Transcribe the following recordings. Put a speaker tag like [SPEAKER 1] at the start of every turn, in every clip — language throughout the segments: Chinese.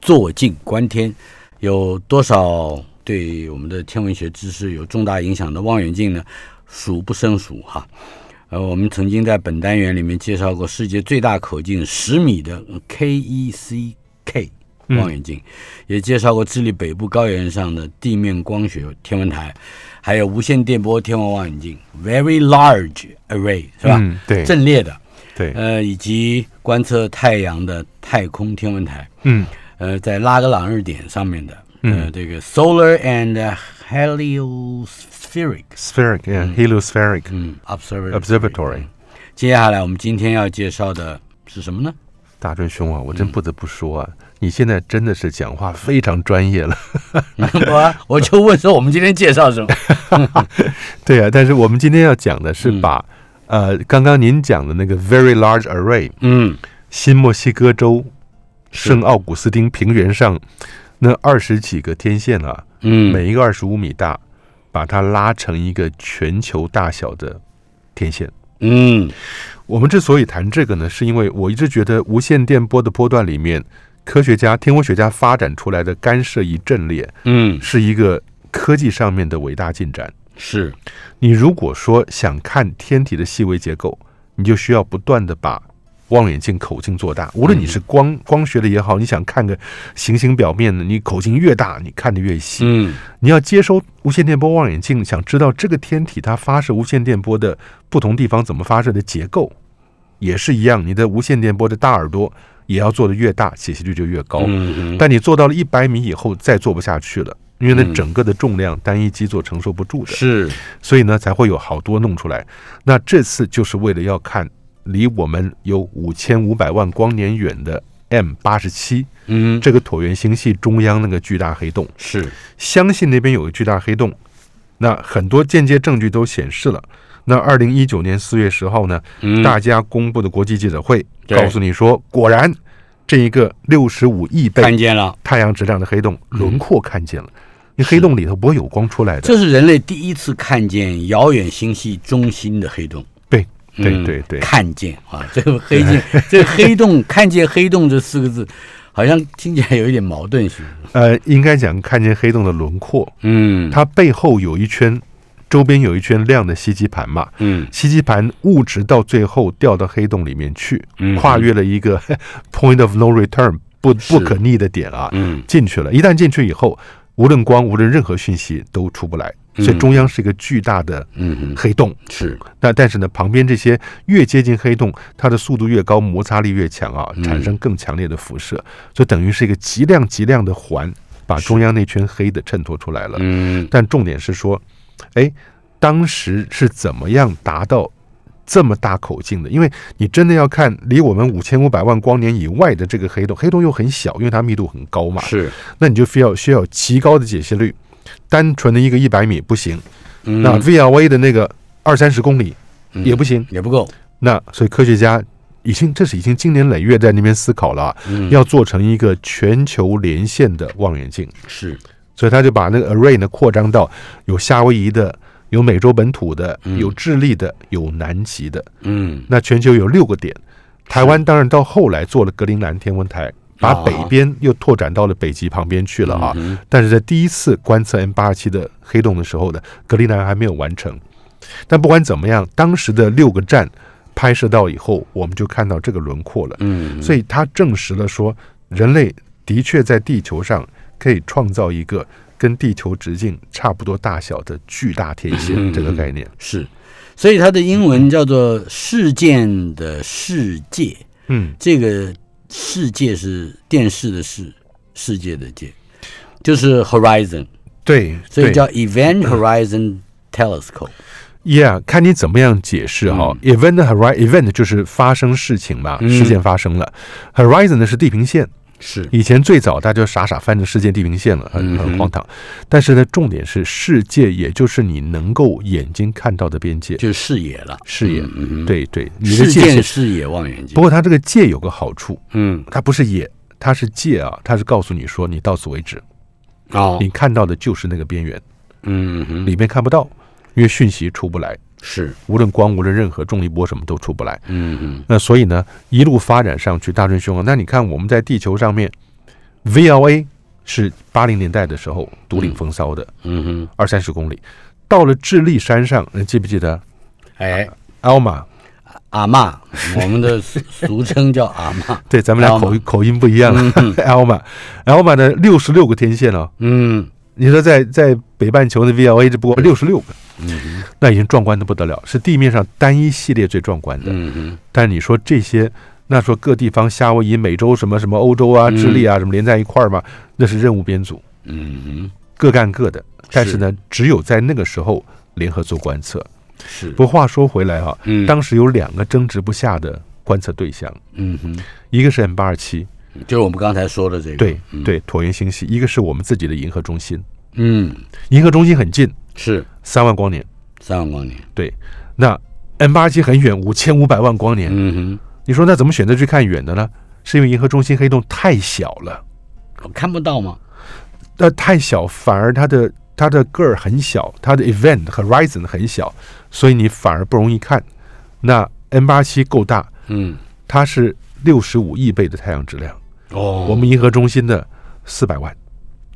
[SPEAKER 1] 坐井观天，有多少对我们的天文学知识有重大影响的望远镜呢？数不胜数哈。呃，我们曾经在本单元里面介绍过世界最大口径十米的 KECK
[SPEAKER 2] 嗯
[SPEAKER 1] 望远镜，也介绍过智利北部高原上的地面光学天文台，还有无线电波天文望远镜 Very Large Array 是吧？
[SPEAKER 2] 嗯对
[SPEAKER 1] 阵列的，
[SPEAKER 2] 对，
[SPEAKER 1] 呃，以及观测太阳的太空天文台，
[SPEAKER 2] 嗯
[SPEAKER 1] 呃，在拉格朗日点上面的，呃，
[SPEAKER 2] 嗯
[SPEAKER 1] 这个 Solar and Heliospheric
[SPEAKER 2] ，spheric，嗯，heliospheric
[SPEAKER 1] 嗯 Observatory。
[SPEAKER 2] observatory，
[SPEAKER 1] 接下来我们今天要介绍的是什么呢？
[SPEAKER 2] 大追兄啊，我
[SPEAKER 1] 嗯
[SPEAKER 2] 真不得不说啊，你现在真的是讲话非常专 业了。
[SPEAKER 1] 我我就问说我们今天介绍什么？
[SPEAKER 2] 对啊，但是我们今天要讲的是
[SPEAKER 1] 嗯
[SPEAKER 2] 把、呃刚刚您讲的那个 Very Large Array
[SPEAKER 1] 嗯，
[SPEAKER 2] 新墨西哥州
[SPEAKER 1] 是
[SPEAKER 2] 圣奥古斯丁平原上那二十几个天线啊，
[SPEAKER 1] 嗯，
[SPEAKER 2] 每一个二十五米大，把它拉成一个全球大小的天线。
[SPEAKER 1] 嗯
[SPEAKER 2] 我们之所以谈这个呢，是因为我一直觉得无线电波的波段里面，科学家、天文学家发展出来的干涉仪阵列
[SPEAKER 1] 嗯
[SPEAKER 2] 是一个科技上面的伟大进展。
[SPEAKER 1] 是
[SPEAKER 2] 你如果说想看天体的细微结构，你就需要不断的把望远镜口径做大。无论你是光光学的也好，你想看个行星表面呢，你口径越大，你看的越细。
[SPEAKER 1] 嗯
[SPEAKER 2] 你要接收无线电波望远镜，想知道这个天体它发射无线电波的不同地方怎么发射的结构，也是一样。你的无线电波的大耳朵也要做的越大，解析率就越高。
[SPEAKER 1] 嗯
[SPEAKER 2] 但你做到了一百米以后，再做不下去了，因为那
[SPEAKER 1] 嗯
[SPEAKER 2] 整个的重量单一基座承受不住的，
[SPEAKER 1] 是
[SPEAKER 2] 所以呢才会有好多弄出来。那这次就是为了要看离我们有五千五百万光年远的 M 八十七
[SPEAKER 1] 嗯
[SPEAKER 2] 这个椭圆星系中央那个巨大黑洞。
[SPEAKER 1] 是
[SPEAKER 2] 相信那边有个巨大黑洞。那很多间接证据都显示了。那二零一九年四月十号呢，
[SPEAKER 1] 嗯
[SPEAKER 2] 大家公布的国际记者会
[SPEAKER 1] 对
[SPEAKER 2] 告诉你说，果然这一个六十五亿
[SPEAKER 1] 看
[SPEAKER 2] 倍
[SPEAKER 1] 见了，
[SPEAKER 2] 太阳质量的黑洞轮廓看见了。你黑洞里头不会有光出来的。
[SPEAKER 1] 这是人类第一次看见遥远星系中心的黑洞。
[SPEAKER 2] 对对
[SPEAKER 1] 嗯
[SPEAKER 2] 对对，
[SPEAKER 1] 看见啊，这 个黑镜，这个黑洞， 看见黑洞这四个字，好像听起来有一点矛盾 性。
[SPEAKER 2] 呃，应该讲看见黑洞的轮廓，
[SPEAKER 1] 嗯，
[SPEAKER 2] 它背后有一圈，周边有一圈亮的吸积盘嘛。
[SPEAKER 1] 嗯
[SPEAKER 2] 吸积盘物质到最后掉到黑洞里面去，
[SPEAKER 1] 嗯
[SPEAKER 2] 跨越了一个 point of no return 不不可逆的点啊，
[SPEAKER 1] 嗯
[SPEAKER 2] 进去了。一旦进去以后，无论光，无论任何讯息都出不来，所以中央是一个巨大的
[SPEAKER 1] 嗯，
[SPEAKER 2] 黑洞。
[SPEAKER 1] 是
[SPEAKER 2] 那但是呢，旁边这些越接近黑洞，它的速度越高，摩擦力越强啊，
[SPEAKER 1] 嗯
[SPEAKER 2] 产生更强烈的辐射，就等于是一个极亮极亮的环，把中央那圈黑的衬托出来了。
[SPEAKER 1] 嗯
[SPEAKER 2] 但重点是说，哎，当时是怎么样达到这么大口径的？因为你真的要看离我们五千五百万光年以外的这个黑洞，黑洞又很小，因为它密度很高嘛，
[SPEAKER 1] 是，
[SPEAKER 2] 那你就非要需要有极高的解析率，单纯的一个一百米不行，那
[SPEAKER 1] 嗯
[SPEAKER 2] VLA 的那个二三十公里
[SPEAKER 1] 嗯
[SPEAKER 2] 也不行。
[SPEAKER 1] 也不够，
[SPEAKER 2] 那所以科学家。已经，这是已经经年累月在那边思考了啊，
[SPEAKER 1] 嗯
[SPEAKER 2] 要做成一个全球连线的望远镜。
[SPEAKER 1] 是
[SPEAKER 2] 所以他就把那个 array 呢扩张到有夏威夷的、有美洲本土的、
[SPEAKER 1] 嗯
[SPEAKER 2] 有智利的、有南极的。
[SPEAKER 1] 嗯
[SPEAKER 2] 那全球有六个点，台湾当然到后来做了格陵兰天文台，把
[SPEAKER 1] 啊
[SPEAKER 2] 北边又拓展到了北极旁边去了啊。
[SPEAKER 1] 嗯
[SPEAKER 2] 但是在第一次观测 M 八二七的黑洞的时候呢，格陵兰还没有完成。但不管怎么样，当时的六个站拍摄到以后，我们就看到这个轮廓了。
[SPEAKER 1] 嗯
[SPEAKER 2] 所以它证实了说，人类的确在地球上可以创造一个跟地球直径差不多大小的巨大天
[SPEAKER 1] 嗯
[SPEAKER 2] 线这个概念。
[SPEAKER 1] 是，所以它的英文叫做“事件”的“世界
[SPEAKER 2] 嗯”，，
[SPEAKER 1] 这个“世界”是电视的“世”，世界的“界”，就是 horizon，
[SPEAKER 2] 对，
[SPEAKER 1] 所以
[SPEAKER 2] 对嗯
[SPEAKER 1] 叫 Event Horizon Telescope。
[SPEAKER 2] Yeah，看你怎么样解释哈、Event horizon，event 就是发生事情嘛，
[SPEAKER 1] 嗯
[SPEAKER 2] 事件发生了。Horizon 呢是地平线，
[SPEAKER 1] 是
[SPEAKER 2] 以前最早大家就傻傻翻着世界地平线了，很
[SPEAKER 1] 嗯哼
[SPEAKER 2] 很荒唐。但是呢，重点是世界，也就是你能够眼睛看到的边界
[SPEAKER 1] 就视野了，
[SPEAKER 2] 视野。
[SPEAKER 1] 嗯，
[SPEAKER 2] 对对，你的
[SPEAKER 1] 事
[SPEAKER 2] 界
[SPEAKER 1] 件
[SPEAKER 2] 限。
[SPEAKER 1] 视野望远镜。
[SPEAKER 2] 不过它这个界有个好处，
[SPEAKER 1] 嗯，
[SPEAKER 2] 它不是也，它是界啊，它是告诉你说你到此为止，
[SPEAKER 1] 哦，
[SPEAKER 2] 你看到的就是那个边缘，
[SPEAKER 1] 嗯哼，
[SPEAKER 2] 里面看不到，因为讯息出不来，
[SPEAKER 1] 是，
[SPEAKER 2] 无论光，无论任何重力波什么都出不来。
[SPEAKER 1] 嗯哼，
[SPEAKER 2] 那所以呢，一路发展上去，大春兄啊，那你看我们在地球上面， VLA 是八零年代的时候独领风骚的，
[SPEAKER 1] 嗯哼，
[SPEAKER 2] 二三十公里。到了智利山上，你记不记得
[SPEAKER 1] 哎，
[SPEAKER 2] a 玛？
[SPEAKER 1] 阿 嬷，我们的俗俗称叫阿嬷。
[SPEAKER 2] 对，咱们俩
[SPEAKER 1] Alma
[SPEAKER 2] 口音口音不一样
[SPEAKER 1] 嗯
[SPEAKER 2] 了。a 玛 a 玛呢，六十六个天线哦。
[SPEAKER 1] 嗯
[SPEAKER 2] 你说在在北半球的 VLA 只不过六十六个，
[SPEAKER 1] 嗯
[SPEAKER 2] 那已经壮观的不得了，是地面上单一系列最壮观的。
[SPEAKER 1] 嗯嗯
[SPEAKER 2] 但是你说这些，那说各地方，夏威夷、美洲什么什么、欧洲啊、
[SPEAKER 1] 嗯
[SPEAKER 2] 智利啊什么连在一块儿嘛，那是任务编组，
[SPEAKER 1] 嗯哼，
[SPEAKER 2] 各干各的。但是呢，只有在那个时候联合做观测。
[SPEAKER 1] 是，
[SPEAKER 2] 不过话说回来啊，
[SPEAKER 1] 嗯
[SPEAKER 2] 当时有两个争执不下的观测对象，
[SPEAKER 1] 嗯哼，
[SPEAKER 2] 一个是 M 八二七，
[SPEAKER 1] 就是我们刚才说的这个，
[SPEAKER 2] 对
[SPEAKER 1] 嗯，
[SPEAKER 2] 对，椭圆星系；一个是我们自己的银河中心。
[SPEAKER 1] 嗯，
[SPEAKER 2] 银河中心很近，
[SPEAKER 1] 是
[SPEAKER 2] 三万光年；
[SPEAKER 1] 三万光年，
[SPEAKER 2] 那 M 八二七很远，五千五百万光年。
[SPEAKER 1] 嗯
[SPEAKER 2] 你说那怎么选择去看远的呢？是因为银河中心黑洞太小了。
[SPEAKER 1] 哼，我看不到吗？
[SPEAKER 2] 那太小，反而它的它的个儿很小，它的 event horizon 很小，所以你反而不容易看。那 N 八七够大，
[SPEAKER 1] 嗯，
[SPEAKER 2] 它是六十五亿倍的太阳质量，
[SPEAKER 1] 哦
[SPEAKER 2] 我们银河中心的四百万，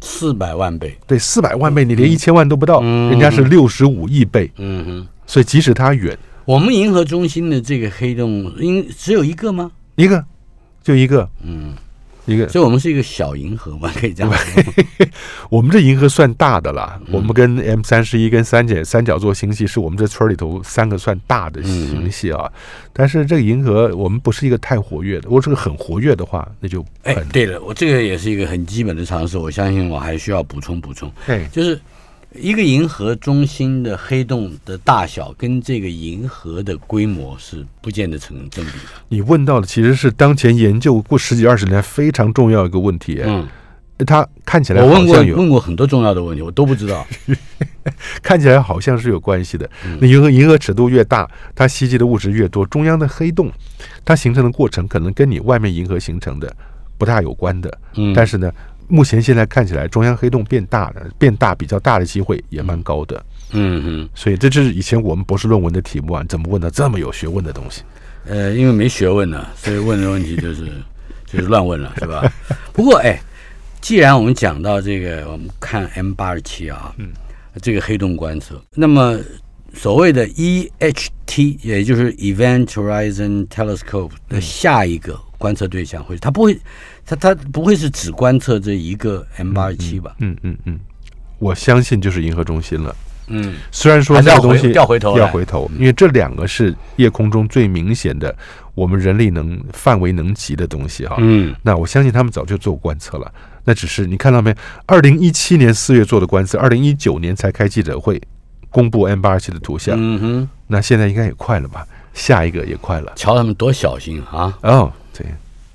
[SPEAKER 1] 四百万倍，
[SPEAKER 2] 对，四百万倍，你连一千万都不到，
[SPEAKER 1] 嗯
[SPEAKER 2] 人家是六十五亿倍，
[SPEAKER 1] 嗯哼，
[SPEAKER 2] 所以即使它远，
[SPEAKER 1] 我们银河中心的这个黑洞，因只有一个吗？
[SPEAKER 2] 一个就一个，
[SPEAKER 1] 嗯，
[SPEAKER 2] 一个，
[SPEAKER 1] 所以我们是一个小银河嘛，可以这样说。
[SPEAKER 2] 我们这银河算大的啦，
[SPEAKER 1] 嗯
[SPEAKER 2] 我们跟 M 三十一跟三角三角座星系是我们这村儿里头三个算大的星系啊。
[SPEAKER 1] 嗯
[SPEAKER 2] 但是这个银河我们不是一个太活跃的，我这个很活跃的话，那就
[SPEAKER 1] 哎
[SPEAKER 2] 很，
[SPEAKER 1] 对了，我这个也是一个很基本的常识，我相信我还需要补充补充，
[SPEAKER 2] 哎
[SPEAKER 1] 就是一个银河中心的黑洞的大小跟这个银河的规模是不见得成正比的。
[SPEAKER 2] 你问到的其实是当前研究过十几二十年非常重要一个问题。
[SPEAKER 1] 嗯，
[SPEAKER 2] 它看起来
[SPEAKER 1] 我
[SPEAKER 2] 好
[SPEAKER 1] 问过
[SPEAKER 2] 像有
[SPEAKER 1] 问过很多重要的问题，我都不知道。
[SPEAKER 2] 看起来好像是有关系的。
[SPEAKER 1] 嗯
[SPEAKER 2] 那银河银河尺度越大，它吸积的物质越多，中央的黑洞它形成的过程可能跟你外面银河形成的不大有关的。
[SPEAKER 1] 嗯，
[SPEAKER 2] 但是呢，目前现在看起来，中央黑洞变大了，变大比较大的机会也蛮高的。
[SPEAKER 1] 嗯哼，
[SPEAKER 2] 所以这就是以前我们博士论文的题目啊，怎么问到这么有学问的东西？
[SPEAKER 1] 呃，因为没学问呢，所以问的问题就是 就是乱问了，是吧？ 不过哎，既然我们讲到这个，我们看 M 八二七啊，嗯，这个黑洞观测，那么所谓的 EHT，也就是 Event Horizon Telescope 的下一个观测对象会，它不会，它它不会是只观测这一个 M 八二七吧？
[SPEAKER 2] 嗯嗯嗯，我相信就是银河中心了。
[SPEAKER 1] 嗯
[SPEAKER 2] 虽然说
[SPEAKER 1] 还是
[SPEAKER 2] 这
[SPEAKER 1] 要
[SPEAKER 2] 个东
[SPEAKER 1] 回
[SPEAKER 2] 西
[SPEAKER 1] 要回头来嗯
[SPEAKER 2] 要回头，因为这两个是夜空中最明显的，我们人类能范围能及的东西哈、
[SPEAKER 1] 嗯
[SPEAKER 2] 那我相信他们早就做观测了，那只是你看到没？二零一七年四月做的观测，二零一九年才开记者会公布 M 八二七的图像。
[SPEAKER 1] 嗯哼，
[SPEAKER 2] 那现在应该也快了吧？下一个也快了。
[SPEAKER 1] 瞧他们多小心啊！
[SPEAKER 2] 哦，对，